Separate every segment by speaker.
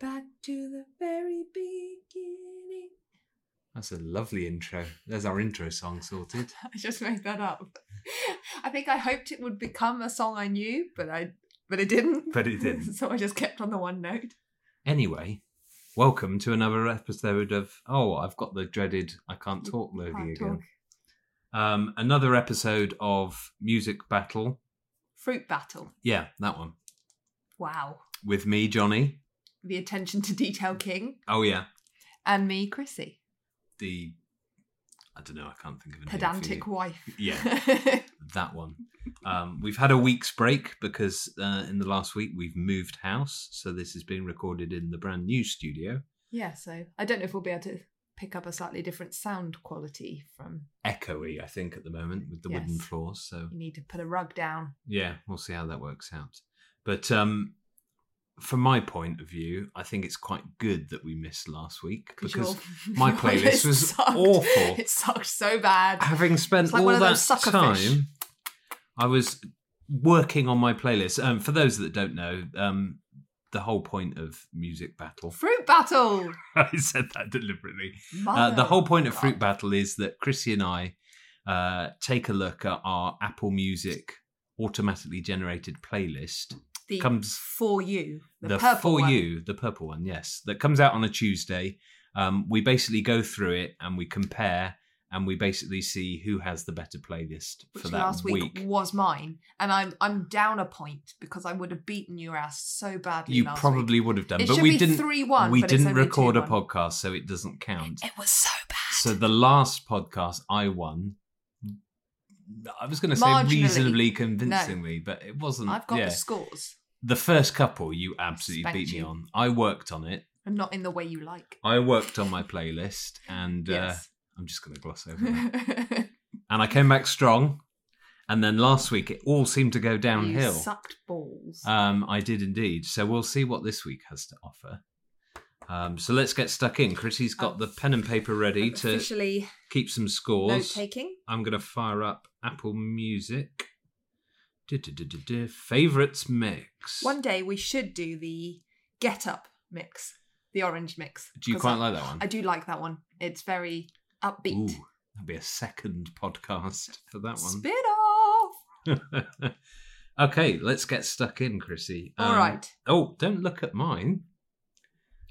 Speaker 1: Back to the very beginning.
Speaker 2: That's a lovely intro. There's our intro song sorted.
Speaker 1: I just made that up. I think I hoped it would become a song I knew, but I but it didn't.
Speaker 2: But it didn't.
Speaker 1: so I just kept on the one note.
Speaker 2: Anyway, welcome to another episode of Oh, I've got the dreaded I can't talk Logie
Speaker 1: Can't
Speaker 2: again.
Speaker 1: talk.
Speaker 2: Um, another episode of Music Battle.
Speaker 1: Fruit battle.
Speaker 2: Yeah, that one.
Speaker 1: Wow.
Speaker 2: With me, Johnny.
Speaker 1: The attention to detail king
Speaker 2: Oh yeah.
Speaker 1: and me, Chrissy,
Speaker 2: The I don't know, I can't think of a name. for
Speaker 1: pedantic
Speaker 2: you.
Speaker 1: wife.
Speaker 2: Yeah. that one. Um, we've had a week's break because uh, in the last week we've moved house, so this is being recorded in the brand new studio.
Speaker 1: yeah. So I don't know if we'll be able to pick up a slightly different sound quality from.
Speaker 2: Echoey, I think, at the moment with the wooden
Speaker 1: Yes.
Speaker 2: floors. So
Speaker 1: You need to put a rug down.
Speaker 2: yeah, we'll see how that works out. But um, from my point of view, I think it's quite good that we missed last week
Speaker 1: 'cause
Speaker 2: because
Speaker 1: your-
Speaker 2: my
Speaker 1: your
Speaker 2: playlist was
Speaker 1: sucked.
Speaker 2: awful.
Speaker 1: It sucked so bad.
Speaker 2: having spent
Speaker 1: It's like
Speaker 2: all
Speaker 1: one of
Speaker 2: that
Speaker 1: those sucker
Speaker 2: time,
Speaker 1: fish.
Speaker 2: I was working on my playlist. Um, for those that don't know, um, the whole point of music battle.
Speaker 1: Fruit battle.
Speaker 2: I said that deliberately. Uh,
Speaker 1: Oh,
Speaker 2: the whole point of Fruit Battle is that Chrissy and I uh, take a look at our Apple Music automatically generated playlist.
Speaker 1: the
Speaker 2: comes-
Speaker 1: for you. The,
Speaker 2: The,
Speaker 1: purple
Speaker 2: For
Speaker 1: one.
Speaker 2: You, the purple one, yes, that comes out on a Tuesday. Um, we basically go through it and we compare and we basically see who has the better playlist
Speaker 1: which
Speaker 2: for that
Speaker 1: last
Speaker 2: week.
Speaker 1: week, was mine, and I'm I'm down a point because I would have beaten your ass so badly.
Speaker 2: You
Speaker 1: last
Speaker 2: probably
Speaker 1: week.
Speaker 2: would have done,
Speaker 1: it
Speaker 2: but
Speaker 1: should
Speaker 2: we
Speaker 1: be
Speaker 2: didn't.
Speaker 1: three one.
Speaker 2: we
Speaker 1: but
Speaker 2: didn't
Speaker 1: it's only
Speaker 2: record a
Speaker 1: 2-1.
Speaker 2: podcast, so it doesn't count.
Speaker 1: It was so bad.
Speaker 2: So the last podcast I won, I was going to say
Speaker 1: Marginally.
Speaker 2: reasonably convincingly, but it wasn't.
Speaker 1: I've got
Speaker 2: yeah.
Speaker 1: the scores,
Speaker 2: the first couple you absolutely
Speaker 1: Spanked
Speaker 2: beat me
Speaker 1: you.
Speaker 2: on. I worked on it.
Speaker 1: and not in the way you like.
Speaker 2: I worked on my playlist, and uh,
Speaker 1: yes.
Speaker 2: I'm just going to gloss over that. and I came back strong. And then last week, it all seemed to go
Speaker 1: You
Speaker 2: downhill.
Speaker 1: sucked balls.
Speaker 2: Um, I did indeed. So we'll see what this week has to offer. Um, so let's get stuck in. Chrissy's got
Speaker 1: Um,
Speaker 2: the pen and paper ready to
Speaker 1: Officially
Speaker 2: keep some
Speaker 1: note
Speaker 2: scores.
Speaker 1: taking.
Speaker 2: I'm going to fire up Apple Music. Du-du-du-du-du. Favorites mix.
Speaker 1: One day we should do the get up mix, the orange mix.
Speaker 2: do you
Speaker 1: 'cause
Speaker 2: quite
Speaker 1: I-
Speaker 2: like that one?
Speaker 1: I do like that one. It's very upbeat.
Speaker 2: Ooh, that'll be a second podcast for that
Speaker 1: Spit off.
Speaker 2: one. okay, let's get stuck in, Chrissy.
Speaker 1: All right.
Speaker 2: Oh, don't look at mine.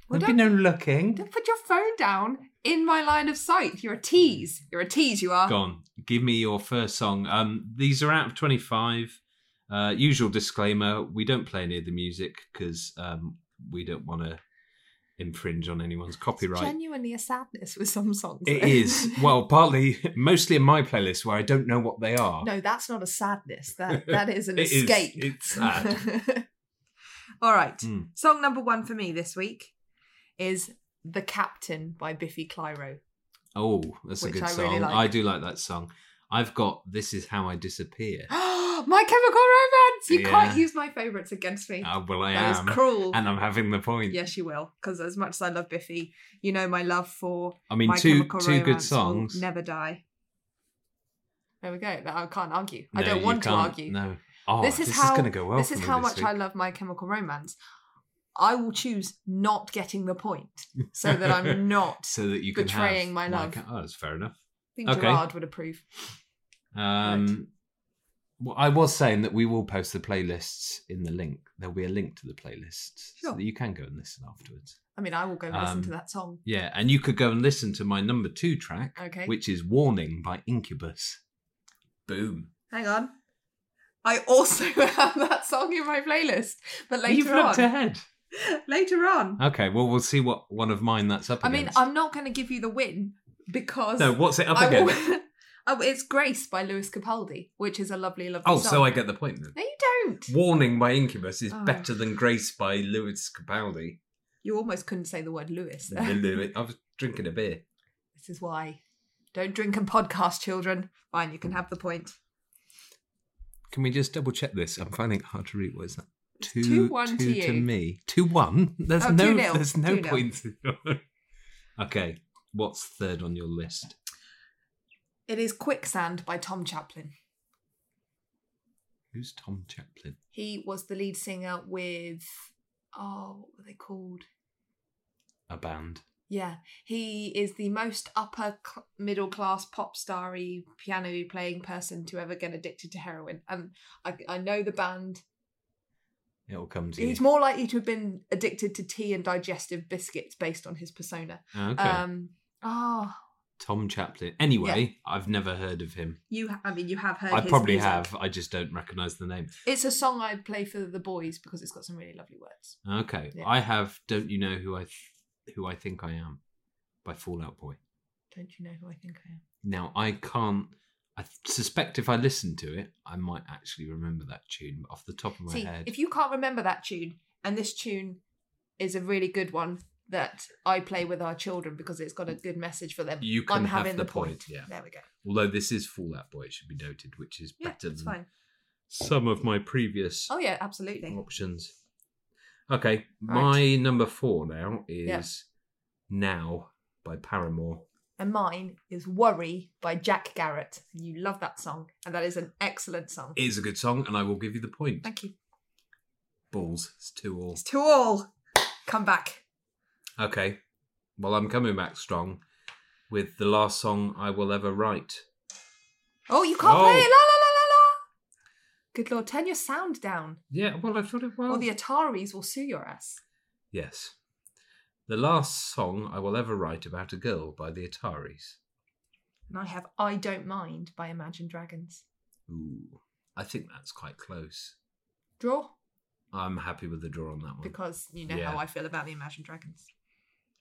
Speaker 1: Well,
Speaker 2: There'll
Speaker 1: don't,
Speaker 2: be no looking.
Speaker 1: don't put your phone down in my line of sight. You're a tease. You're a tease, you are.
Speaker 2: Gone. Give me your first song. Um, these are out of 25. Uh, usual disclaimer we don't play any of the music because um, we don't want to infringe on anyone's
Speaker 1: It's
Speaker 2: copyright.
Speaker 1: genuinely a sadness with some songs.
Speaker 2: It
Speaker 1: though.
Speaker 2: is. Well, partly, mostly in my playlist where I don't know what they are.
Speaker 1: no, that's not a sadness. That that is an
Speaker 2: It is.
Speaker 1: escape.
Speaker 2: It's sad.
Speaker 1: All right.
Speaker 2: Mm.
Speaker 1: Song number one for me this week is "The Captain" by Biffy Clyro.
Speaker 2: Oh, that's a
Speaker 1: Which
Speaker 2: good
Speaker 1: I
Speaker 2: song.
Speaker 1: really like.
Speaker 2: I do like that song. I've got This Is How I Disappear.
Speaker 1: my Chemical Romance. You can't
Speaker 2: Yeah.
Speaker 1: use my favourites against me.
Speaker 2: Ah, well, I
Speaker 1: That is
Speaker 2: am.
Speaker 1: cruel.
Speaker 2: And I'm having the point.
Speaker 1: yes, you will. Because as much as I love Biffy, you know my love for
Speaker 2: I mean,
Speaker 1: My
Speaker 2: two
Speaker 1: Chemical
Speaker 2: two good
Speaker 1: Romance will
Speaker 2: songs.
Speaker 1: Never die. There we go. That- I can't argue. I
Speaker 2: No,
Speaker 1: don't
Speaker 2: you
Speaker 1: want to
Speaker 2: can't.
Speaker 1: argue.
Speaker 2: No. Oh,
Speaker 1: This
Speaker 2: this
Speaker 1: is
Speaker 2: is,
Speaker 1: how-
Speaker 2: going to go well.
Speaker 1: this
Speaker 2: for
Speaker 1: is
Speaker 2: me
Speaker 1: how much
Speaker 2: week.
Speaker 1: I love My Chemical Romance. I will choose not getting the point so that I'm not.
Speaker 2: So that you can
Speaker 1: betraying
Speaker 2: have
Speaker 1: my love.
Speaker 2: ca- oh, that's fair enough.
Speaker 1: I think
Speaker 2: Okay.
Speaker 1: Gerard would approve.
Speaker 2: Um, well, I was saying that we will post the playlists in the link. There'll be a link to the playlists
Speaker 1: Sure.
Speaker 2: so that you can go and listen afterwards.
Speaker 1: I mean, I will go and listen
Speaker 2: Um,
Speaker 1: to that song.
Speaker 2: Yeah, and you could go and listen to my number two track,
Speaker 1: Okay.
Speaker 2: which is "Warning" by Incubus. Boom.
Speaker 1: Hang on. I also have that song in my playlist, but later
Speaker 2: You've uh,
Speaker 1: on.
Speaker 2: looked ahead.
Speaker 1: Later on.
Speaker 2: Okay, well, we'll see what one of mine that's up
Speaker 1: I mean,
Speaker 2: against.
Speaker 1: I'm not going to give you the win because
Speaker 2: no, what's it up
Speaker 1: I will-
Speaker 2: against?
Speaker 1: oh, it's Grace by Lewis Capaldi, which is a lovely, lovely
Speaker 2: Oh,
Speaker 1: song.
Speaker 2: so I get the point then.
Speaker 1: No, you don't.
Speaker 2: Warning by Incubus is
Speaker 1: Oh.
Speaker 2: better than Grace by Lewis Capaldi.
Speaker 1: You almost couldn't say the word Lewis.
Speaker 2: The Lewis- I was drinking a beer.
Speaker 1: This is why. Don't drink and podcast, children. Fine, you can have the point.
Speaker 2: Can we just double check this? I'm finding it hard to read. What is that?
Speaker 1: It's
Speaker 2: Two,
Speaker 1: 2-1 to
Speaker 2: two to
Speaker 1: you.
Speaker 2: me. Two one. There's
Speaker 1: Oh,
Speaker 2: no.
Speaker 1: 2-0.
Speaker 2: There's no
Speaker 1: 2-0.
Speaker 2: points. okay, what's third on your list?
Speaker 1: It is Quicksand by Tom Chaplin.
Speaker 2: Who's Tom Chaplin?
Speaker 1: He was the lead singer with, oh, what were they called?
Speaker 2: a band.
Speaker 1: Yeah, he is the most upper cl- middle class pop starry piano playing person to ever get addicted to heroin. And I, I know the band.
Speaker 2: It'll come to you.
Speaker 1: He's more likely to have been addicted to tea and digestive biscuits based on his persona.
Speaker 2: Ah, okay.
Speaker 1: Um, oh,
Speaker 2: Tom Chaplin. Anyway, I've never heard of him.
Speaker 1: you. ha- I mean, you have heard.
Speaker 2: I
Speaker 1: his
Speaker 2: probably
Speaker 1: music.
Speaker 2: have. I just don't recognise the name.
Speaker 1: It's a song I play for the boys because it's got some really lovely words.
Speaker 2: Okay,
Speaker 1: Yeah.
Speaker 2: I have. Don't you know who I th- who I think I am by Fallout Boy.
Speaker 1: Don't you know who I think I am?
Speaker 2: Now I can't. I th- suspect if I listen to it, I might actually remember that tune but off the top of my
Speaker 1: See,
Speaker 2: head.
Speaker 1: if you can't remember that tune, and this tune is a really good one that I play with our children because it's got a good message for them.
Speaker 2: You can
Speaker 1: I'm
Speaker 2: have
Speaker 1: having
Speaker 2: the
Speaker 1: the point.
Speaker 2: point, yeah.
Speaker 1: There we go.
Speaker 2: Although this is Fallout Boy, it should be noted, which is
Speaker 1: Yeah,
Speaker 2: better
Speaker 1: it's
Speaker 2: than
Speaker 1: fine.
Speaker 2: some of my previous
Speaker 1: Oh yeah, absolutely.
Speaker 2: options. Okay,
Speaker 1: Right.
Speaker 2: my number four now is
Speaker 1: Yeah.
Speaker 2: "Now" by Paramore.
Speaker 1: And mine is "Worry" by Jack Garrett. You love that song, and that is an excellent song.
Speaker 2: It is a good song, and I will give you the point.
Speaker 1: Thank you.
Speaker 2: Balls, it's two all.
Speaker 1: It's to all. Come back.
Speaker 2: Okay. Well, I'm coming back strong with the last song I will ever write.
Speaker 1: Oh, you can't play
Speaker 2: Oh.
Speaker 1: it. La la la la la. Good lord, turn your sound down,
Speaker 2: Yeah, well, I thought it was.
Speaker 1: or Oh, the Ataris will sue your ass.
Speaker 2: yes. The last song I will ever write about a girl by the Ataris.
Speaker 1: And I have "I Don't Mind" by Imagine Dragons.
Speaker 2: Ooh, I think that's quite close.
Speaker 1: Draw.
Speaker 2: I'm happy with the draw on that one.
Speaker 1: because you know
Speaker 2: Yeah.
Speaker 1: how I feel about the Imagine Dragons.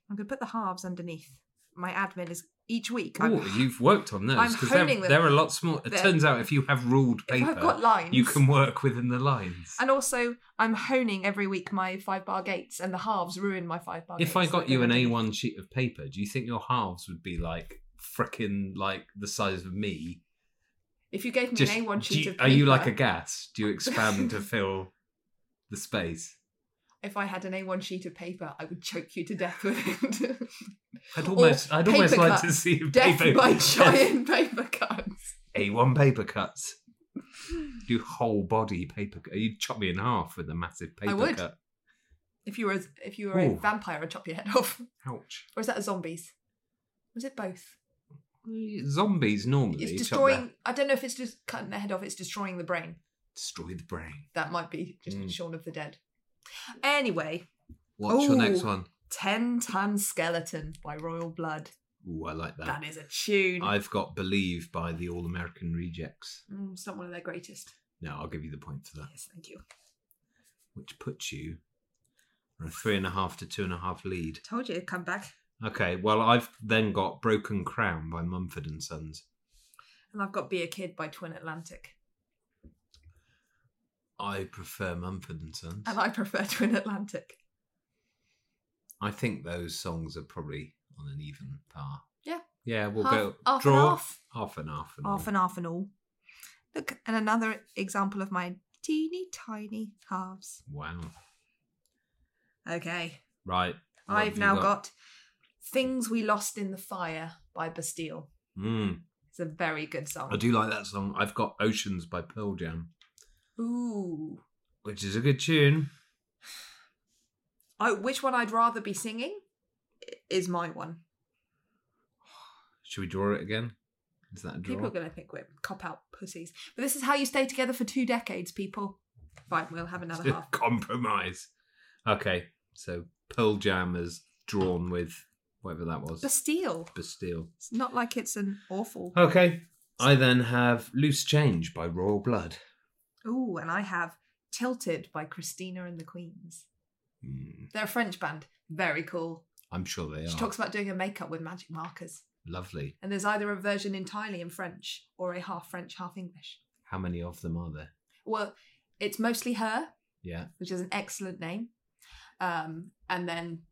Speaker 1: I'm going to put the halves underneath. My admin is each week. I'm,
Speaker 2: Oh, you've worked on those
Speaker 1: I'm
Speaker 2: because they're,
Speaker 1: honing them.
Speaker 2: they're a lot smaller. It
Speaker 1: They're-
Speaker 2: turns out if you have ruled
Speaker 1: if
Speaker 2: paper,
Speaker 1: I've got lines.
Speaker 2: you can work within the lines.
Speaker 1: And also, I'm honing every week my five bar gates, and the halves ruin my five bar gates.
Speaker 2: If I got
Speaker 1: that
Speaker 2: you
Speaker 1: go
Speaker 2: an
Speaker 1: underneath.
Speaker 2: A1 sheet of paper, do you think your halves would be like frickin' like the size of me?
Speaker 1: if you gave me
Speaker 2: Just
Speaker 1: an A1
Speaker 2: do
Speaker 1: sheet
Speaker 2: you-
Speaker 1: of
Speaker 2: are you like a
Speaker 1: paper-
Speaker 2: gas? Do you expand to fill the space?
Speaker 1: If I had an A1 sheet of paper, I would choke you to death with it.
Speaker 2: I'd almost, I'd
Speaker 1: paper
Speaker 2: almost like to
Speaker 1: cuts.
Speaker 2: see a
Speaker 1: death
Speaker 2: paper
Speaker 1: by
Speaker 2: Yes.
Speaker 1: giant paper cuts.
Speaker 2: A1 paper cuts. Do whole body paper. cut. You'd chop me in half with a massive paper
Speaker 1: would.
Speaker 2: cut.
Speaker 1: If you were a, if you were a
Speaker 2: Ooh.
Speaker 1: vampire, I'd chop your head off.
Speaker 2: Ouch.
Speaker 1: Or is that a zombies? Was it both?
Speaker 2: Zombies normally
Speaker 1: It's
Speaker 2: chop their-
Speaker 1: destroying. I don't know if it's just cutting their head off. It's destroying the brain.
Speaker 2: destroy the brain.
Speaker 1: That might be just
Speaker 2: Mm.
Speaker 1: Shaun of the Dead. Anyway,
Speaker 2: What's your next
Speaker 1: Ooh.
Speaker 2: one?
Speaker 1: Ten Ton Skeleton by Royal Blood.
Speaker 2: Ooh, I like that.
Speaker 1: That is a tune.
Speaker 2: I've got Believe by the All American Rejects.
Speaker 1: Mm, it's not one of their greatest.
Speaker 2: No, I'll give you the point for that.
Speaker 1: Yes, thank you.
Speaker 2: which puts you on a three and a half to two and a half lead.
Speaker 1: Told you to come back.
Speaker 2: Okay, well, I've then got Broken Crown by Mumford and Sons.
Speaker 1: And I've got Be a Kid by Twin Atlantic.
Speaker 2: I prefer Mumford and Sons.
Speaker 1: And I prefer Twin Atlantic.
Speaker 2: I think those songs are probably on an even par.
Speaker 1: Yeah.
Speaker 2: Yeah, we'll
Speaker 1: half,
Speaker 2: go
Speaker 1: half
Speaker 2: draw
Speaker 1: and half.
Speaker 2: half and half. And
Speaker 1: Half and half and all. Look, and another example of my teeny tiny halves.
Speaker 2: Wow.
Speaker 1: Okay.
Speaker 2: Right. what have
Speaker 1: I've
Speaker 2: you
Speaker 1: now got? Things We Lost in the Fire by Bastille.
Speaker 2: Mm,
Speaker 1: It's a very good song.
Speaker 2: I Oh, do like that song. I've got Oceans by Pearl Jam,
Speaker 1: Ooh.
Speaker 2: which is a good tune.
Speaker 1: I, Oh, which one I'd rather be singing i- is my one.
Speaker 2: Should we draw it again? Is that a draw?
Speaker 1: People are going to think we're cop out pussies. But this is how you stay together for two decades, people. Fine, we'll have another half.
Speaker 2: compromise. Okay, so Pearl Jam has drawn with whatever that was.
Speaker 1: Bastille.
Speaker 2: Bastille.
Speaker 1: It's not like it's an awful.
Speaker 2: Okay. I then have Loose Change by Royal Blood.
Speaker 1: Ooh, and I have Tilted by Christina and the Queens.
Speaker 2: Hmm,
Speaker 1: They're a French band. Very cool.
Speaker 2: I'm sure they are.
Speaker 1: She talks about doing her makeup with magic markers.
Speaker 2: Lovely.
Speaker 1: And there's either a version entirely in French or a half French, half English.
Speaker 2: How many of them are there?
Speaker 1: Well, it's mostly her,
Speaker 2: Yeah.
Speaker 1: which is an excellent name. Um, and then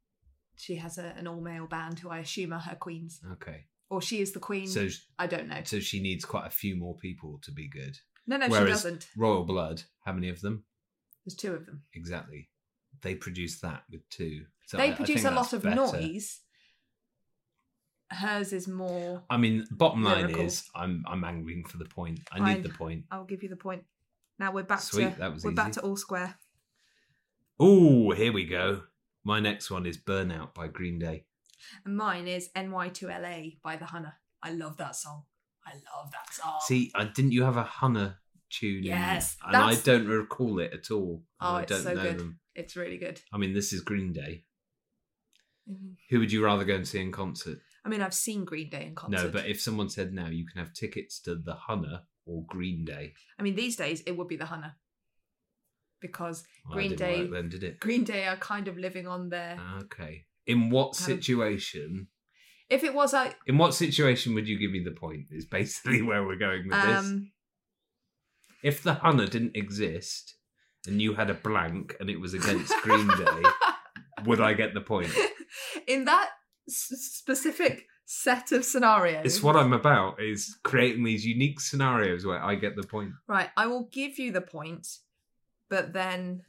Speaker 1: she has a, an all male band who I assume are her queens,
Speaker 2: Okay.
Speaker 1: or she is the queen.
Speaker 2: So
Speaker 1: I don't know.
Speaker 2: so she needs quite a few more people to be good.
Speaker 1: No, no, she
Speaker 2: whereas-
Speaker 1: doesn't.
Speaker 2: Royal Blood. How many of them?
Speaker 1: There's two of them.
Speaker 2: Exactly. They produce that with two. So I-
Speaker 1: they
Speaker 2: I
Speaker 1: produce
Speaker 2: think
Speaker 1: a lot
Speaker 2: that's
Speaker 1: of
Speaker 2: better.
Speaker 1: noise. Hers is more.
Speaker 2: I mean, bottom line
Speaker 1: Lyrical.
Speaker 2: is, I'm I'm angling for the point. I
Speaker 1: I-
Speaker 2: need the point.
Speaker 1: I'll give you the point. Now we're back
Speaker 2: Sweet,
Speaker 1: to
Speaker 2: that was
Speaker 1: we're back
Speaker 2: easy.
Speaker 1: to all square.
Speaker 2: Oh, here we go. My next one is Burnout by Green Day.
Speaker 1: And mine is NY2LA by The Hunter. I love that song. I love that song.
Speaker 2: See, I didn't you have a Hannah tune? in?
Speaker 1: Yes,
Speaker 2: and I
Speaker 1: that's-
Speaker 2: don't recall it at all. and
Speaker 1: Oh,
Speaker 2: I
Speaker 1: it's
Speaker 2: don't
Speaker 1: so
Speaker 2: know
Speaker 1: good.
Speaker 2: them.
Speaker 1: it's really good.
Speaker 2: I mean, this is Green Day.
Speaker 1: Mhm.
Speaker 2: Who would you rather go and see in concert?
Speaker 1: I mean, I've seen Green Day in concert.
Speaker 2: No, but if someone said now you can have tickets to the Hunter or Green Day,
Speaker 1: I mean, these days it would be The Hunter because
Speaker 2: Well,
Speaker 1: Green
Speaker 2: that
Speaker 1: Day-
Speaker 2: didn't work then did it?
Speaker 1: Green Day are kind of living on their.
Speaker 2: Uh, Okay. In what
Speaker 1: Haven't-
Speaker 2: situation?
Speaker 1: If it was like,
Speaker 2: In what situation would you give me the point? Is basically where we're going with this.
Speaker 1: um,
Speaker 2: If the Hunter didn't exist and you had a blank and it was against Green Day, would I get the point?
Speaker 1: in that s- specific set of scenarios,
Speaker 2: It's what I'm about is creating these unique scenarios where I get the point.
Speaker 1: right? I will give you the point, but then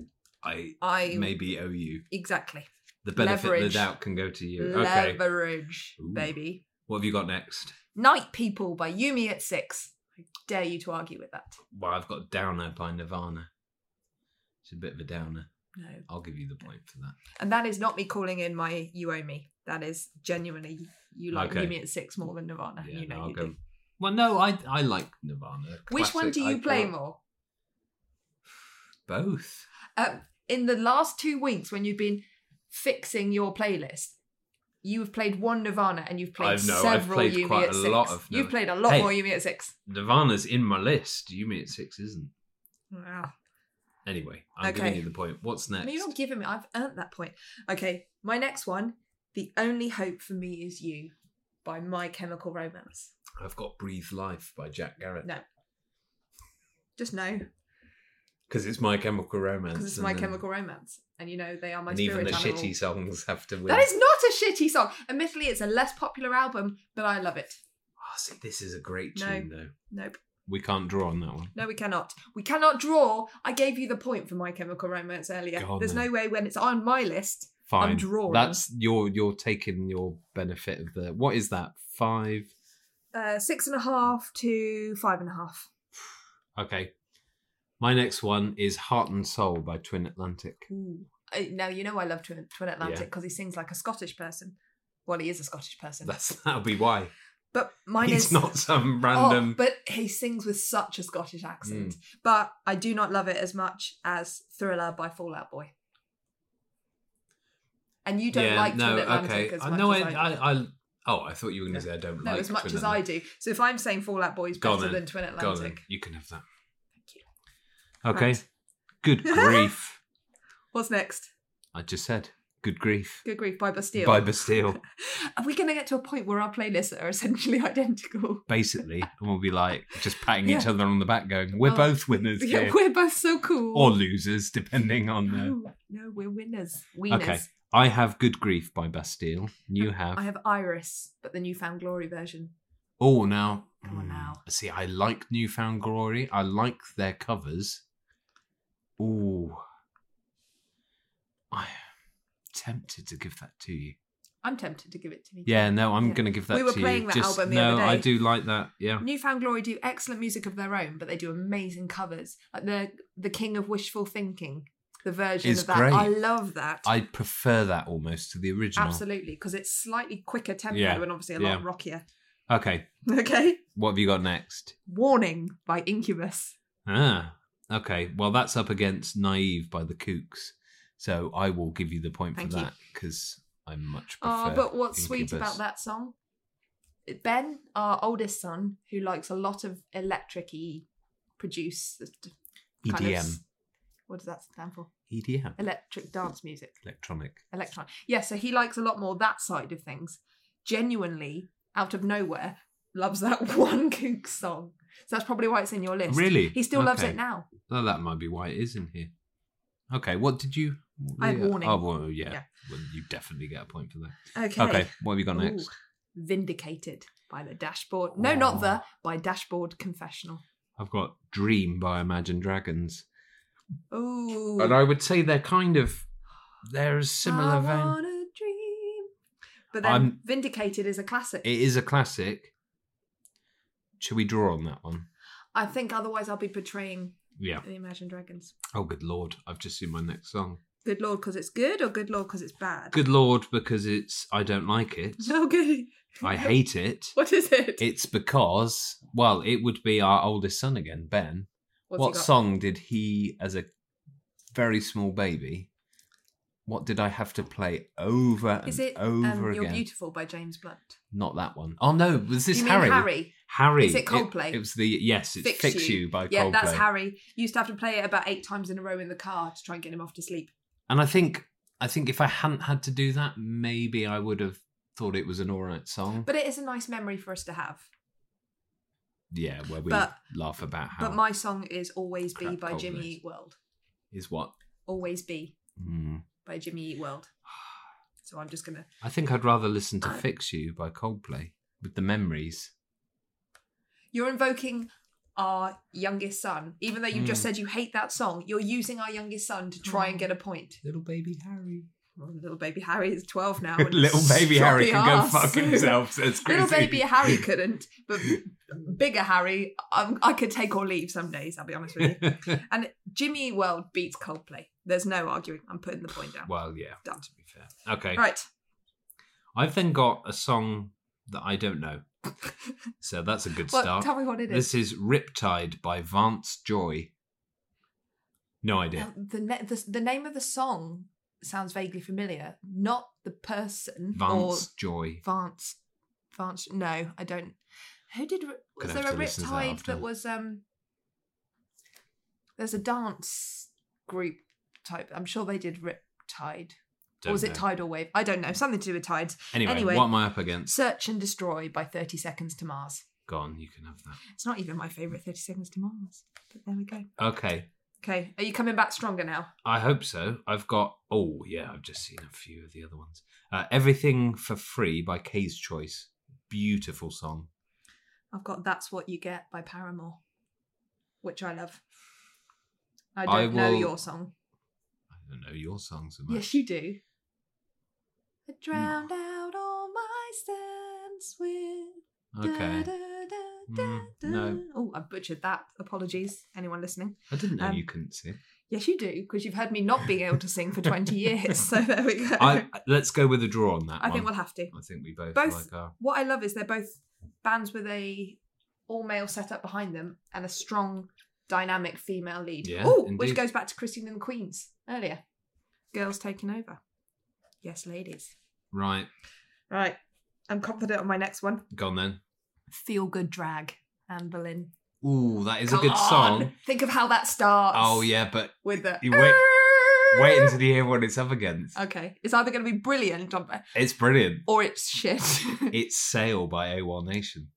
Speaker 2: I
Speaker 1: I
Speaker 2: maybe owe you.
Speaker 1: exactly
Speaker 2: The benefit of
Speaker 1: Leverage.
Speaker 2: the doubt can go to you. Okay.
Speaker 1: leverage,
Speaker 2: Ooh.
Speaker 1: baby.
Speaker 2: What have you got next?
Speaker 1: Night People by Yumi at six. I dare you to argue with that.
Speaker 2: Well, I've got Downer by Nirvana. It's a bit of a downer.
Speaker 1: No,
Speaker 2: I'll give you the point for that.
Speaker 1: and that is not me calling in my you owe me. That is genuinely you like
Speaker 2: Okay.
Speaker 1: Yumi at six more than Nirvana.
Speaker 2: Yeah,
Speaker 1: you know
Speaker 2: no, I'll
Speaker 1: you
Speaker 2: go.
Speaker 1: do.
Speaker 2: Well, no, I I like Nirvana.
Speaker 1: Which one
Speaker 2: Classic,
Speaker 1: do you
Speaker 2: I
Speaker 1: play
Speaker 2: thought-
Speaker 1: more?
Speaker 2: Both.
Speaker 1: Um, in the last two weeks, when you've been fixing your playlist, you've played one Nirvana and you've played
Speaker 2: I've- no, I've
Speaker 1: several
Speaker 2: played
Speaker 1: Yumi
Speaker 2: quite
Speaker 1: at
Speaker 2: a
Speaker 1: six.
Speaker 2: lot of
Speaker 1: you've
Speaker 2: Nirvana.
Speaker 1: played a lot
Speaker 2: Hey.
Speaker 1: more Yumi at six.
Speaker 2: Nirvana's in my list. You mean at six isn't?
Speaker 1: Wow.
Speaker 2: Anyway, I'm
Speaker 1: Okay.
Speaker 2: giving you the point. What's next?
Speaker 1: No, you're not giving me. I've earned that point. Okay, my next one. The only hope for me is you, by My Chemical Romance.
Speaker 2: I've got Breathe Life by Jack Garrett.
Speaker 1: No. Just no,
Speaker 2: Because it's My Chemical Romance.
Speaker 1: because it's
Speaker 2: and
Speaker 1: My
Speaker 2: then-
Speaker 1: Chemical Romance, and you know they are my
Speaker 2: uh, And
Speaker 1: spirit
Speaker 2: even the
Speaker 1: animal.
Speaker 2: shitty songs have to win.
Speaker 1: That is not a shitty song. Admittedly, it's a less popular album, but I love it.
Speaker 2: Oh, see, this is a great
Speaker 1: No.
Speaker 2: tune, though.
Speaker 1: Nope.
Speaker 2: We can't draw on that one.
Speaker 1: No, we cannot. We cannot draw. I gave you the point for My Chemical Romance earlier.
Speaker 2: Go on
Speaker 1: There's
Speaker 2: then.
Speaker 1: no way when it's on my list.
Speaker 2: Fine.
Speaker 1: drawing.
Speaker 2: That's you're you're taking your benefit of the. What is that? Five.
Speaker 1: Uh, six and a half to five and a half.
Speaker 2: Okay. My next one is Heart and Soul by Twin Atlantic.
Speaker 1: Ooh. Uh, Now you know I love Twin, Twin Atlantic
Speaker 2: Yeah.
Speaker 1: because he sings like a Scottish person. Well, he is a Scottish person,
Speaker 2: That's that'll be why.
Speaker 1: but mine
Speaker 2: He's
Speaker 1: is
Speaker 2: not some
Speaker 1: Oh,
Speaker 2: random. Hmm.
Speaker 1: but he sings with such a Scottish accent. But I do not love it as much as Thriller by Fallout Boy. And you don't like Twin Atlantic as much
Speaker 2: I know.
Speaker 1: as
Speaker 2: Uh, I,
Speaker 1: do.
Speaker 2: I, I. Oh, I thought you were going to say I don't
Speaker 1: No,
Speaker 2: like.
Speaker 1: as much
Speaker 2: Twin
Speaker 1: as I
Speaker 2: Atlantic.
Speaker 1: do. So if I'm saying Fallout Boy is
Speaker 2: Go on
Speaker 1: better
Speaker 2: then.
Speaker 1: than Twin
Speaker 2: Go on, then.
Speaker 1: Atlantic,
Speaker 2: you can have that.
Speaker 1: Thank you.
Speaker 2: Okay.
Speaker 1: Right.
Speaker 2: Good grief!
Speaker 1: what's next?
Speaker 2: I just said good grief
Speaker 1: Good grief by Bastille.
Speaker 2: by Bastille,
Speaker 1: Are we going to get to a point where our playlists are essentially identical?
Speaker 2: basically, and we'll be like just patting each
Speaker 1: Yeah.
Speaker 2: other on the back, going, "We're
Speaker 1: Oh.
Speaker 2: both winners
Speaker 1: Yeah,
Speaker 2: here,
Speaker 1: we're both so cool.
Speaker 2: or losers, depending on the."
Speaker 1: no, no, we're winners. Wieners.
Speaker 2: Oh, Okay. I have good grief by Bastille. You have.
Speaker 1: I have Iris, but the Newfound Glory version.
Speaker 2: Oh, now.
Speaker 1: Come on
Speaker 2: Hmm.
Speaker 1: now.
Speaker 2: See, I like Newfound Glory. I like their covers. Ooh. I am tempted to give that to you.
Speaker 1: I'm tempted to give it to me.
Speaker 2: Yeah, no, I'm
Speaker 1: Yeah.
Speaker 2: going to give that
Speaker 1: We were
Speaker 2: to
Speaker 1: playing
Speaker 2: you.
Speaker 1: that
Speaker 2: Just,
Speaker 1: album the
Speaker 2: no,
Speaker 1: other
Speaker 2: I
Speaker 1: day.
Speaker 2: do like that. Yeah.
Speaker 1: Newfound Glory do excellent music of their own, but they do amazing covers. Like the the King of Wishful Thinking, the version
Speaker 2: It's
Speaker 1: of that.
Speaker 2: great.
Speaker 1: I love that.
Speaker 2: I prefer that almost to the original.
Speaker 1: Absolutely, because it's slightly quicker tempo
Speaker 2: Yeah,
Speaker 1: and obviously a
Speaker 2: yeah.
Speaker 1: lot rockier.
Speaker 2: Okay.
Speaker 1: Okay.
Speaker 2: What have you got next?
Speaker 1: Warning by Incubus.
Speaker 2: Ah. Okay. Well, that's up against Naive by the Kooks. So I will give you the point
Speaker 1: Thank
Speaker 2: for
Speaker 1: you.
Speaker 2: that because I much prefer.
Speaker 1: Oh, but what's sweet
Speaker 2: Incubus.
Speaker 1: about that song? Ben, our oldest son, who likes a lot of electric y produce
Speaker 2: E
Speaker 1: kind of-
Speaker 2: EDM.
Speaker 1: what does that stand for?
Speaker 2: EDM.
Speaker 1: Electric dance music.
Speaker 2: E Electronic.
Speaker 1: Electron. Yeah, so he likes a lot more that side of things. Genuinely, out of nowhere, loves that one kook song. So that's probably why it's in your list.
Speaker 2: Really?
Speaker 1: He still loves
Speaker 2: Okay.
Speaker 1: it now.
Speaker 2: Well, that might be why it is in here. Okay, what did you?
Speaker 1: I had
Speaker 2: yeah.
Speaker 1: warning.
Speaker 2: Oh, well, yeah.
Speaker 1: Yeah.
Speaker 2: Well, you definitely get a point for that.
Speaker 1: Okay.
Speaker 2: Okay, what have you got
Speaker 1: Ooh,
Speaker 2: next?
Speaker 1: Vindicated by the Dashboard. No, not the, by Dashboard Confessional.
Speaker 2: I've got Dream by Imagine Dragons,
Speaker 1: Ooh.
Speaker 2: and I would say they're kind of they're a similar
Speaker 1: I
Speaker 2: vein.
Speaker 1: wanna dream. But then
Speaker 2: I'm-
Speaker 1: Vindicated is a classic.
Speaker 2: It is a classic. Should we draw on that one?
Speaker 1: I think otherwise I'll be betraying
Speaker 2: Yeah.
Speaker 1: the Imagine Dragons.
Speaker 2: Oh, good lord! I've just seen my next song.
Speaker 1: Good Lord, because it's good, or Good Lord, because it's bad?
Speaker 2: Good Lord, because it's I don't like it.
Speaker 1: No good.
Speaker 2: I hate it.
Speaker 1: What is it?
Speaker 2: It's because well, it would be our oldest son again, Ben.
Speaker 1: What's he
Speaker 2: what
Speaker 1: got?
Speaker 2: song did he, as a very small baby, what did I have to play over and
Speaker 1: Is it um,
Speaker 2: over
Speaker 1: You're
Speaker 2: again?
Speaker 1: Beautiful by James Blunt?
Speaker 2: Not that one. Oh no, was this
Speaker 1: you mean
Speaker 2: Harry?
Speaker 1: Harry?
Speaker 2: Harry.
Speaker 1: Is it Coldplay?
Speaker 2: It, it was the yes, it's
Speaker 1: Fix
Speaker 2: Fix,
Speaker 1: You.
Speaker 2: you. by
Speaker 1: Yeah,
Speaker 2: Coldplay.
Speaker 1: that's Harry. Used to have to play it about eight times in a row in the car to try and get him off to sleep.
Speaker 2: And I think I think if I hadn't had to do that, maybe I would have thought it was an alright song.
Speaker 1: But it is a nice memory for us to have.
Speaker 2: yeah, where we
Speaker 1: but-
Speaker 2: laugh about how is
Speaker 1: But my song is Always Be
Speaker 2: Crap
Speaker 1: by
Speaker 2: cold
Speaker 1: Jimmy
Speaker 2: days.
Speaker 1: Eat World.
Speaker 2: what.
Speaker 1: Always Be
Speaker 2: Mm.
Speaker 1: by Jimmy Eat World. So I'm just going to.
Speaker 2: I think I'd rather listen to "Fix You" by Coldplay with the memories.
Speaker 1: You're invoking our youngest son. Even though you just
Speaker 2: Mm.
Speaker 1: said you hate that song, you're using our youngest son to try and get a point.
Speaker 2: Little baby Harry.
Speaker 1: Well, little baby Harry is 12 now. and
Speaker 2: Little baby Harry
Speaker 1: stroppy
Speaker 2: can
Speaker 1: arse.
Speaker 2: go fuck himself. Says
Speaker 1: Little
Speaker 2: Chrissy.
Speaker 1: baby Harry couldn't, but bigger Harry, um, I could take or leave some days, I'll be honest with you. And Jimmy Eat World beats Coldplay. There's no arguing. I'm putting the point down.
Speaker 2: well, yeah.
Speaker 1: Done.
Speaker 2: To be fair. Okay.
Speaker 1: Right.
Speaker 2: I've then got a song that I don't know. So that's a good
Speaker 1: Well,
Speaker 2: start.
Speaker 1: tell me what it is.
Speaker 2: This is Riptide by Vance Joy. No idea.
Speaker 1: Uh, The, ne- the the name of the song sounds vaguely familiar. Not the person
Speaker 2: Vance Joy.
Speaker 1: or Vance. Vance. No, I don't. Who did? Was
Speaker 2: Gonna
Speaker 1: there
Speaker 2: have
Speaker 1: a
Speaker 2: to listen to that
Speaker 1: Riptide
Speaker 2: after.
Speaker 1: that was? Um. There's a dance group type. I'm sure they did Riptide. Or
Speaker 2: Don't
Speaker 1: was
Speaker 2: know.
Speaker 1: it Tidal Wave? I don't know. Something to do with tides.
Speaker 2: Anyway,
Speaker 1: Anyway.
Speaker 2: what am I up against?
Speaker 1: Search and Destroy by 30 Seconds to Mars.
Speaker 2: Gone. You can have that.
Speaker 1: It's not even my favourite 30 Seconds to Mars, but there we go.
Speaker 2: Okay.
Speaker 1: Okay, are you coming back stronger now?
Speaker 2: I hope so. I've got. Oh yeah, I've just seen a few of the other ones. Uh, Everything for Free by Kay's Choice. Beautiful song.
Speaker 1: I've got That's What You Get by Paramore, which I love. I don't
Speaker 2: I
Speaker 1: know
Speaker 2: will-
Speaker 1: your song.
Speaker 2: I don't know your song so much.
Speaker 1: Yes, you do. I drowned out all my sins with. Da,
Speaker 2: Okay.
Speaker 1: da, da,
Speaker 2: Mm,
Speaker 1: da,
Speaker 2: no.
Speaker 1: Oh, I butchered that. Apologies, anyone listening.
Speaker 2: I didn't know
Speaker 1: Um,
Speaker 2: you couldn't sing.
Speaker 1: Yes, you do, because you've heard me not being able to sing for 20 years. So there we go.
Speaker 2: I let's go with a draw on that.
Speaker 1: I think
Speaker 2: one.
Speaker 1: we'll have to.
Speaker 2: I think we both,
Speaker 1: Both-
Speaker 2: like our.
Speaker 1: What I love is they're both bands with a all male setup behind them and a strong dynamic female lead.
Speaker 2: Yeah,
Speaker 1: oh, which
Speaker 2: indeed.
Speaker 1: goes back to Christine and the Queens earlier. Girls taking over. Yes, ladies.
Speaker 2: Right,
Speaker 1: Right. I'm confident on my next one.
Speaker 2: gone then.
Speaker 1: Feel good drag, Anne Boleyn.
Speaker 2: Ooh, that is a
Speaker 1: Come
Speaker 2: good
Speaker 1: on!
Speaker 2: song.
Speaker 1: Think of how that starts.
Speaker 2: Oh yeah, but
Speaker 1: With the
Speaker 2: You wait- wait until you hear what it's up against.
Speaker 1: Okay. It's either gonna be brilliant
Speaker 2: It's brilliant.
Speaker 1: or it's shit.
Speaker 2: It's Sail by AWOL Nation,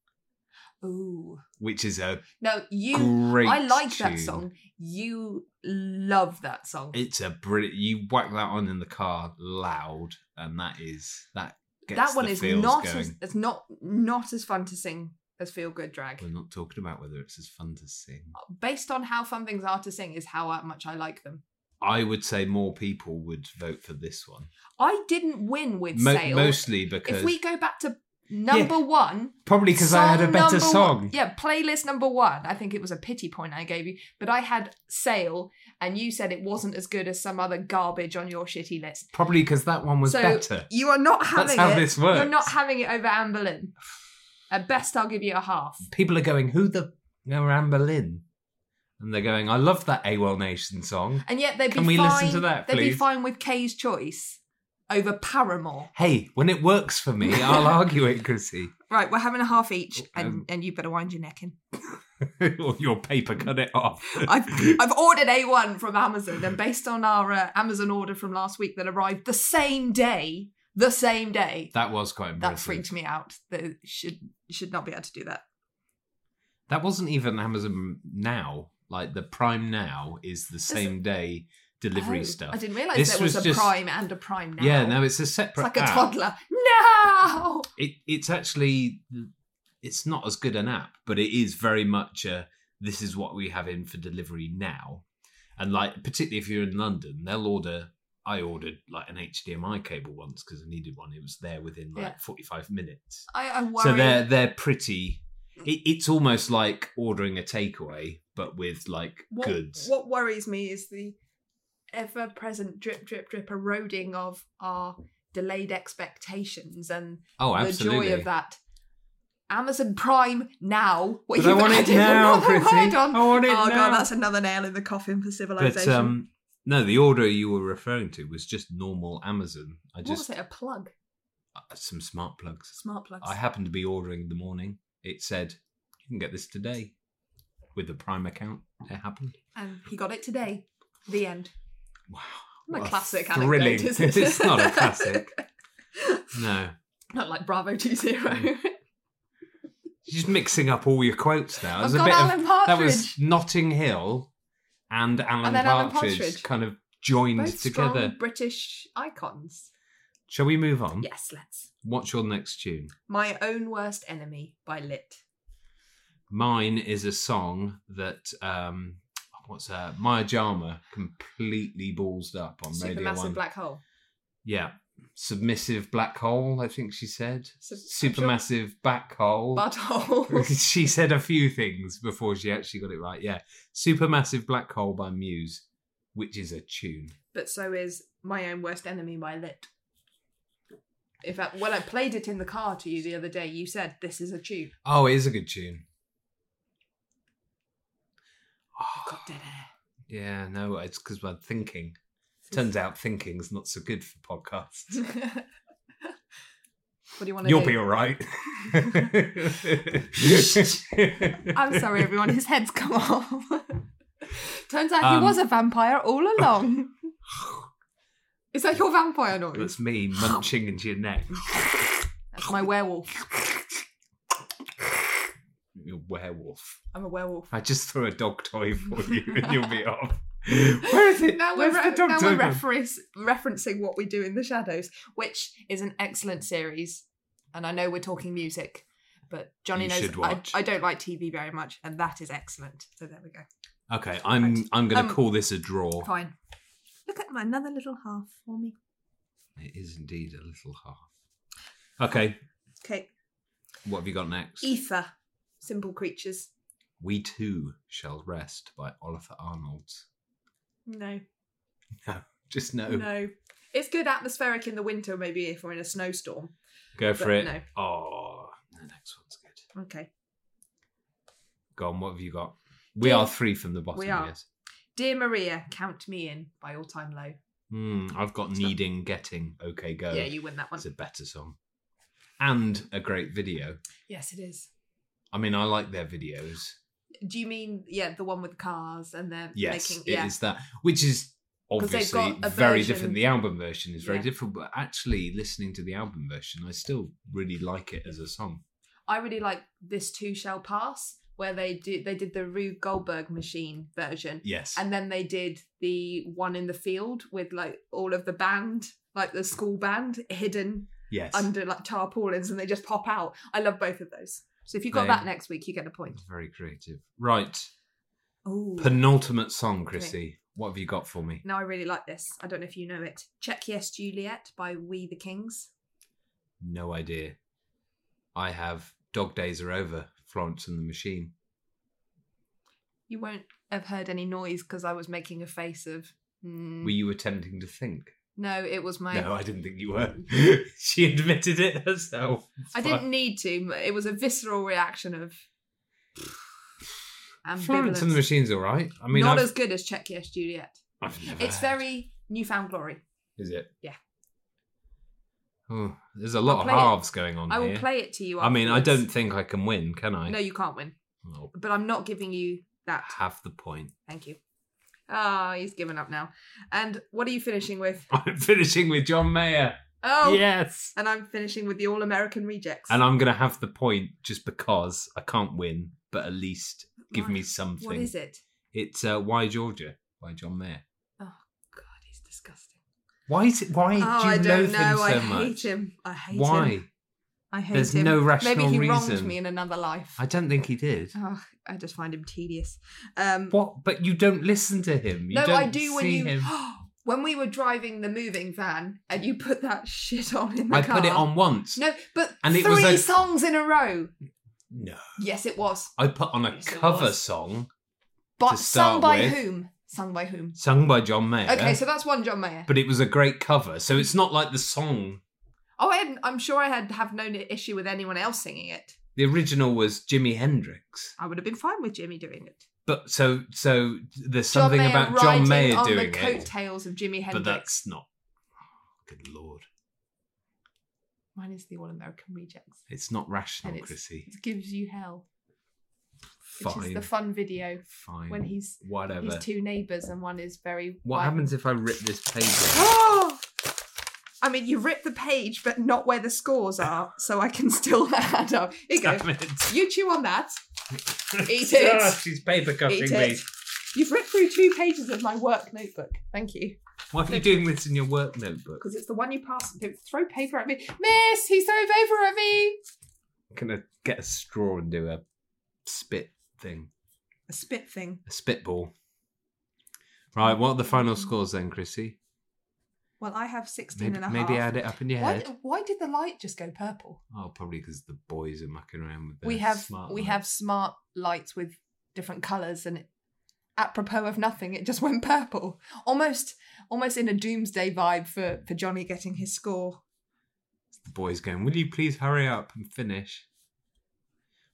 Speaker 1: Ooh.
Speaker 2: which is a
Speaker 1: No, you
Speaker 2: great.
Speaker 1: I like that
Speaker 2: tune.
Speaker 1: song. You love that song.
Speaker 2: It's a brilliant. You whack that on in the car loud, and that is that. Gets
Speaker 1: that one
Speaker 2: the
Speaker 1: is
Speaker 2: feels
Speaker 1: not
Speaker 2: going.
Speaker 1: as it's not not as fun to sing as feel good drag
Speaker 2: We're not talking about whether it's as fun to sing.
Speaker 1: based on how fun things are to sing is how much i like them
Speaker 2: I would say more people would vote for this one,
Speaker 1: i didn't win with
Speaker 2: Mo-
Speaker 1: sale
Speaker 2: mostly because
Speaker 1: if we go back to number one
Speaker 2: probably because I had a
Speaker 1: song
Speaker 2: better
Speaker 1: number one-
Speaker 2: song.
Speaker 1: yeah playlist number one i think it was a pity point i gave you but i had sale and you said it wasn't as good as some other garbage on your shitty list
Speaker 2: Probably because that one was
Speaker 1: So,
Speaker 2: better.
Speaker 1: you are not having
Speaker 2: That's how
Speaker 1: it
Speaker 2: this works.
Speaker 1: you're not having it over Anne Boleyn. at best i'll give you a half
Speaker 2: People are going, who the are Anne Boleyn? And they're going, I love that AWOL Nation song.
Speaker 1: And yet they'd be
Speaker 2: Can we
Speaker 1: fine.
Speaker 2: listen to that,
Speaker 1: they'd be
Speaker 2: please?
Speaker 1: fine with Kay's choice over Paramore.
Speaker 2: Hey, when it works for me, I'll argue it, Chrissy.
Speaker 1: Right, we're having a half each, and,
Speaker 2: Um,
Speaker 1: and you better wind your neck in.
Speaker 2: or your paper cut it off.
Speaker 1: I've I've ordered A one from Amazon, and based on our uh, Amazon order from last week that arrived the same day, the same day,
Speaker 2: that was quite
Speaker 1: that
Speaker 2: impressive.
Speaker 1: freaked me out. That it should should not be able to do that.
Speaker 2: That wasn't even Amazon Now. Like the Prime Now is the same day delivery
Speaker 1: Oh,
Speaker 2: stuff.
Speaker 1: I didn't realize
Speaker 2: This
Speaker 1: there was,
Speaker 2: was
Speaker 1: a
Speaker 2: just-
Speaker 1: prime and a prime now.
Speaker 2: Yeah, no, ah. it's a
Speaker 1: it's
Speaker 2: separate.
Speaker 1: like a
Speaker 2: app.
Speaker 1: toddler. No.
Speaker 2: it it's actually it's not as good an app, but it is very much a this is what we have in for delivery now. And like particularly if you're in London, they'll order. I ordered like an HDMI cable once because I needed one. It was there within like
Speaker 1: Yeah.
Speaker 2: 45 minutes.
Speaker 1: I, I worry.
Speaker 2: So they're they're pretty. It, it's almost like ordering a takeaway, but with like
Speaker 1: what,
Speaker 2: goods.
Speaker 1: What worries me is the ever present drip, drip, drip eroding of our delayed expectations and
Speaker 2: Oh,
Speaker 1: the
Speaker 2: absolutely.
Speaker 1: joy of that. Amazon Prime now. What
Speaker 2: But I
Speaker 1: you've
Speaker 2: want it
Speaker 1: added
Speaker 2: now,
Speaker 1: another
Speaker 2: pretty.
Speaker 1: word on.
Speaker 2: I want it
Speaker 1: oh
Speaker 2: now.
Speaker 1: god, that's another nail in the coffin for civilization.
Speaker 2: But um, no, the order you were referring to was just normal Amazon. I
Speaker 1: what
Speaker 2: just
Speaker 1: was it? A plug?
Speaker 2: uh, some smart plugs.
Speaker 1: Smart plugs.
Speaker 2: I happened to be ordering in the morning. It said you can get this today with the Prime account. It happened.
Speaker 1: and he got it today. The end.
Speaker 2: Wow,
Speaker 1: Not
Speaker 2: What
Speaker 1: a
Speaker 2: a
Speaker 1: classic
Speaker 2: thrilling-
Speaker 1: anecdote, is it?
Speaker 2: It's not a classic. no,
Speaker 1: not like Bravo
Speaker 2: Mm.
Speaker 1: 20.
Speaker 2: You're just mixing up all your quotes now.
Speaker 1: I've
Speaker 2: There's a
Speaker 1: got
Speaker 2: bit
Speaker 1: Alan
Speaker 2: of that
Speaker 1: Partridge.
Speaker 2: was Notting Hill and Alan,
Speaker 1: And then Alan
Speaker 2: Partridge,
Speaker 1: Partridge.
Speaker 2: kind of joined
Speaker 1: Both
Speaker 2: together. Mm.
Speaker 1: strong British icons.
Speaker 2: Shall we move on?
Speaker 1: Yes, let's.
Speaker 2: What's your next tune?
Speaker 1: My Own Worst Enemy by Lit.
Speaker 2: Mine is a song that um what's uh Maya Jama completely ballsed up on Radio
Speaker 1: Supermassive
Speaker 2: One.
Speaker 1: Black Hole.
Speaker 2: yeah. Submissive black hole, I think she said.
Speaker 1: Sub-
Speaker 2: Supermassive back hole.
Speaker 1: Butt hole.
Speaker 2: she said a few things before she actually got it right. Yeah. Supermassive black hole by Muse, which is a tune.
Speaker 1: but so is My Own Worst Enemy by Lit. In fact, when I played it in the car to you the other day, you said this is a tune.
Speaker 2: Oh, it is a good tune.
Speaker 1: I've
Speaker 2: Oh,
Speaker 1: got dead air.
Speaker 2: yeah, no, it's because we're thinking. Turns out thinking's not so good for podcasts.
Speaker 1: what do you want to
Speaker 2: You'll
Speaker 1: do?
Speaker 2: be all right.
Speaker 1: I'm sorry, everyone. His head's come off. Turns out
Speaker 2: Um,
Speaker 1: he was a vampire all along. Is that your vampire noise?
Speaker 2: That's me munching into your neck.
Speaker 1: That's my werewolf.
Speaker 2: You're a werewolf.
Speaker 1: I'm a werewolf.
Speaker 2: I just threw a dog toy for you and you'll be off. Where is it?
Speaker 1: Now we're,
Speaker 2: Where's
Speaker 1: re-
Speaker 2: the dog
Speaker 1: now
Speaker 2: toy?
Speaker 1: we're
Speaker 2: gone?
Speaker 1: reference- referencing what we do in the shadows, which is an excellent series. And I know we're talking music, but Johnny
Speaker 2: You
Speaker 1: knows
Speaker 2: should
Speaker 1: I,
Speaker 2: watch.
Speaker 1: I don't like TV very much, and that is excellent. So there we go.
Speaker 2: okay, I'm I'm going to
Speaker 1: Um,
Speaker 2: call this a draw.
Speaker 1: Fine. Look at my another little half for me.
Speaker 2: It is indeed a little half. Okay,
Speaker 1: Okay.
Speaker 2: what have you got next?
Speaker 1: Ether. Simple creatures.
Speaker 2: We Too Shall Rest by Oliver Arnold.
Speaker 1: No.
Speaker 2: Just no.
Speaker 1: No. It's good atmospheric in the winter, maybe if we're in a snowstorm.
Speaker 2: Go for
Speaker 1: But
Speaker 2: it.
Speaker 1: no.
Speaker 2: Oh, the next one's good.
Speaker 1: Okay.
Speaker 2: Go on, what have you got? We
Speaker 1: Dear-
Speaker 2: are three from the bottom,
Speaker 1: We are.
Speaker 2: yes.
Speaker 1: Dear Maria, count me in by all time low.
Speaker 2: Hmm, I've got
Speaker 1: not-
Speaker 2: Needing, Getting, Okay Go.
Speaker 1: Yeah, you win that one.
Speaker 2: It's a better song. And a great video.
Speaker 1: yes, it is.
Speaker 2: I mean, I like their videos.
Speaker 1: Do you mean yeah, the one with cars and they're
Speaker 2: Yes,
Speaker 1: making
Speaker 2: it is
Speaker 1: yeah.
Speaker 2: that. Which is
Speaker 1: 'Cause they've
Speaker 2: obviously
Speaker 1: got a
Speaker 2: very
Speaker 1: version-
Speaker 2: different. The album version is very
Speaker 1: Yeah.
Speaker 2: different, but actually, listening to the album version, I still really like it as a song.
Speaker 1: I really like this too shall pass where they do they did the Rube Goldberg machine version
Speaker 2: Yes.
Speaker 1: and then they did the one in the field with like all of the band like the school band hidden
Speaker 2: yes.
Speaker 1: under like tarpaulins and they just pop out. I love both of those. So if you got
Speaker 2: They-
Speaker 1: that next week, you get a point.
Speaker 2: Very creative. Right.
Speaker 1: Oh,
Speaker 2: Penultimate song, Chrissy. What have you got for me?
Speaker 1: now I really like this. I don't know if you know it. Check Yes Juliet by We the Kings.
Speaker 2: No idea. I have Dog Days Are Over, Florence and the Machine.
Speaker 1: You won't have heard any noise because I was making a face of. Mm.
Speaker 2: Were you attempting to think?
Speaker 1: no, it was my.
Speaker 2: No, I didn't think you were. she admitted it herself.
Speaker 1: mm. I didn't need to. but It was a visceral reaction of. um,
Speaker 2: Florence and the
Speaker 1: ambivalence.
Speaker 2: Machine's all right. I mean,
Speaker 1: Not
Speaker 2: I've,
Speaker 1: as good as Check Yes Juliet.
Speaker 2: I've never
Speaker 1: It's
Speaker 2: heard-
Speaker 1: very newfound glory.
Speaker 2: Is it?
Speaker 1: Yeah.
Speaker 2: Oh, there's a lot
Speaker 1: I'll
Speaker 2: of
Speaker 1: play it.
Speaker 2: halves going on
Speaker 1: I will
Speaker 2: here.
Speaker 1: play it to you.
Speaker 2: I mean, I
Speaker 1: afterwards.
Speaker 2: don't think I can win, can I?
Speaker 1: No, you can't win.
Speaker 2: I'll
Speaker 1: But I'm not giving you that.
Speaker 2: have the point.
Speaker 1: Thank you. Ah, he's given up now. And what are you finishing with?
Speaker 2: I'm finishing with John Mayer.
Speaker 1: Oh,
Speaker 2: Yes.
Speaker 1: and I'm finishing with the All American Rejects.
Speaker 2: And I'm going to have the point just because I can't win, but at least give me something.
Speaker 1: What is it?
Speaker 2: It's uh, Why Georgia by John Mayer.
Speaker 1: God, he's disgusting.
Speaker 2: Why is it? Why
Speaker 1: oh,
Speaker 2: do you
Speaker 1: I don't
Speaker 2: loathe
Speaker 1: know.
Speaker 2: him so
Speaker 1: I
Speaker 2: much?
Speaker 1: hate him. I hate
Speaker 2: Why?
Speaker 1: him. I hate
Speaker 2: There's
Speaker 1: him.
Speaker 2: no rational
Speaker 1: Maybe he wronged
Speaker 2: reason.
Speaker 1: me in another life.
Speaker 2: I don't think he did.
Speaker 1: Oh, I just find him tedious. Um,
Speaker 2: What? But you don't listen to him. You
Speaker 1: no,
Speaker 2: don't
Speaker 1: I do when
Speaker 2: see
Speaker 1: you.
Speaker 2: him.
Speaker 1: When we were driving the moving van and you put that shit on in the
Speaker 2: I
Speaker 1: car.
Speaker 2: put it on once.
Speaker 1: No, but
Speaker 2: And it
Speaker 1: three
Speaker 2: was a-
Speaker 1: songs in a row.
Speaker 2: No.
Speaker 1: Yes, it was.
Speaker 2: I put on a
Speaker 1: Yes, it
Speaker 2: cover
Speaker 1: was.
Speaker 2: song.
Speaker 1: But
Speaker 2: start
Speaker 1: sung by
Speaker 2: with.
Speaker 1: whom? Sung by whom?
Speaker 2: sung by John Mayer.
Speaker 1: Okay, so that's one John Mayer.
Speaker 2: but it was a great cover, so it's not like the song.
Speaker 1: Oh, I hadn't, I'm sure I had have no issue with anyone else singing it.
Speaker 2: The original was Jimi Hendrix,
Speaker 1: I would have been fine with Jimmy doing it.
Speaker 2: but so so there's something about John
Speaker 1: riding
Speaker 2: Mayer
Speaker 1: on
Speaker 2: doing
Speaker 1: the
Speaker 2: it,
Speaker 1: coattails of Jimi
Speaker 2: but
Speaker 1: Hendrix.
Speaker 2: that's not. Good lord,
Speaker 1: Mine is the All American Rejects.
Speaker 2: it's not rational,
Speaker 1: And it's-
Speaker 2: Chrissy.
Speaker 1: It gives you hell. Which is
Speaker 2: Fine,
Speaker 1: the fun video
Speaker 2: fine,
Speaker 1: when he's
Speaker 2: whatever.
Speaker 1: his two neighbours and one is very.
Speaker 2: what
Speaker 1: white.
Speaker 2: happens if I rip this page? off?
Speaker 1: Oh! I mean, you rip the page, but not where the scores are, so I can still add up. Here you go.
Speaker 2: Damn it.
Speaker 1: You chew on that. Eat it.
Speaker 2: Ah, she's paper cutting
Speaker 1: Eat
Speaker 2: me.
Speaker 1: it. You've ripped through two pages of my work notebook. Thank you.
Speaker 2: Why are you doing this in your work notebook?
Speaker 1: Because it's the one you pass. Don't throw paper at me. Miss, he's throwing paper at me.
Speaker 2: Can I get a straw and do a spit thing?
Speaker 1: A spit thing.
Speaker 2: A spitball. Right, what are the final
Speaker 1: Mm.
Speaker 2: scores then, Chrissy?
Speaker 1: Well, I have 16
Speaker 2: Maybe,
Speaker 1: and a
Speaker 2: maybe
Speaker 1: half.
Speaker 2: add it up in your
Speaker 1: why,
Speaker 2: head.
Speaker 1: why did the light just go purple?
Speaker 2: Oh, probably because the boys are mucking around with their
Speaker 1: we have
Speaker 2: smart
Speaker 1: we
Speaker 2: lights.
Speaker 1: have smart lights with different colours and it, apropos of nothing, it just went purple. Almost almost in a doomsday vibe for, for Johnny getting his score.
Speaker 2: the boys going. Will you please hurry up and finish?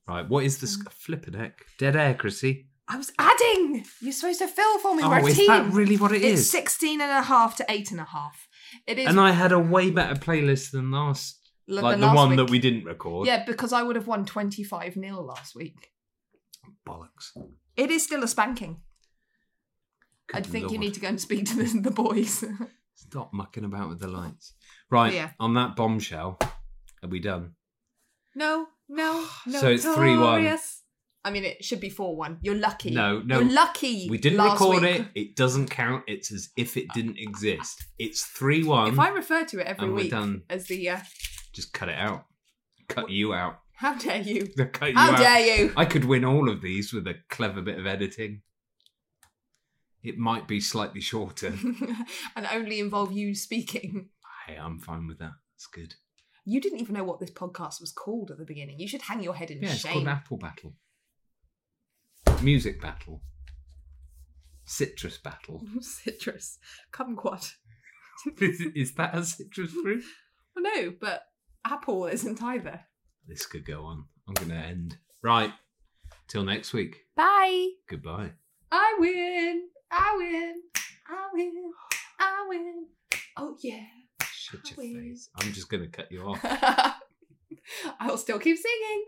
Speaker 2: Right, what is the
Speaker 1: Mm.
Speaker 2: sc- flippin' heck? Dead air, Chrissy.
Speaker 1: I was adding! You're supposed to fill for me.
Speaker 2: oh,
Speaker 1: We're a
Speaker 2: is
Speaker 1: team.
Speaker 2: that really what it
Speaker 1: it's
Speaker 2: is?
Speaker 1: 16 and a half to eight and a half. It is
Speaker 2: And I had a way better playlist than last,
Speaker 1: l-
Speaker 2: like the,
Speaker 1: last
Speaker 2: one that
Speaker 1: week.
Speaker 2: we didn't record.
Speaker 1: Yeah, because I would have won 25 nil last week.
Speaker 2: bollocks.
Speaker 1: It is still a spanking. I
Speaker 2: Good
Speaker 1: think you
Speaker 2: lord.
Speaker 1: need to go and speak to the, the boys.
Speaker 2: Stop mucking about with the lights. Right,
Speaker 1: Yeah.
Speaker 2: on that bombshell, are we done?
Speaker 1: no, no, no.
Speaker 2: So it's 3-1.
Speaker 1: I mean, it should be 4 1. You're lucky.
Speaker 2: No, no.
Speaker 1: You're lucky.
Speaker 2: We didn't
Speaker 1: last
Speaker 2: record
Speaker 1: week.
Speaker 2: it. It doesn't count. It's as if it didn't exist. It's
Speaker 1: If
Speaker 2: 3-1.
Speaker 1: I refer to it every
Speaker 2: Um, and we're
Speaker 1: week
Speaker 2: done.
Speaker 1: as the. Uh,
Speaker 2: Just cut it out. Cut you out.
Speaker 1: how dare you?
Speaker 2: Cut you
Speaker 1: How
Speaker 2: out.
Speaker 1: dare you?
Speaker 2: I could win all of these with a clever bit of editing. It might be slightly shorter.
Speaker 1: and only involve you speaking.
Speaker 2: hey, I'm fine with that. It's good.
Speaker 1: You didn't even know what this podcast was called at the beginning. You should hang your head in
Speaker 2: Yeah, it's
Speaker 1: shame.
Speaker 2: called Apple Battle. Music Battle. Citrus Battle.
Speaker 1: Citrus. Kumquat.
Speaker 2: Is that a citrus fruit?
Speaker 1: Well, no, but Apple isn't either.
Speaker 2: this could go on. I'm going to end. Right. Till next week.
Speaker 1: Bye.
Speaker 2: Goodbye.
Speaker 1: I win. I win. I win. I win. Oh yeah.
Speaker 2: Shut your
Speaker 1: Bye.
Speaker 2: face. I'm just going to cut you off.
Speaker 1: I will still keep singing.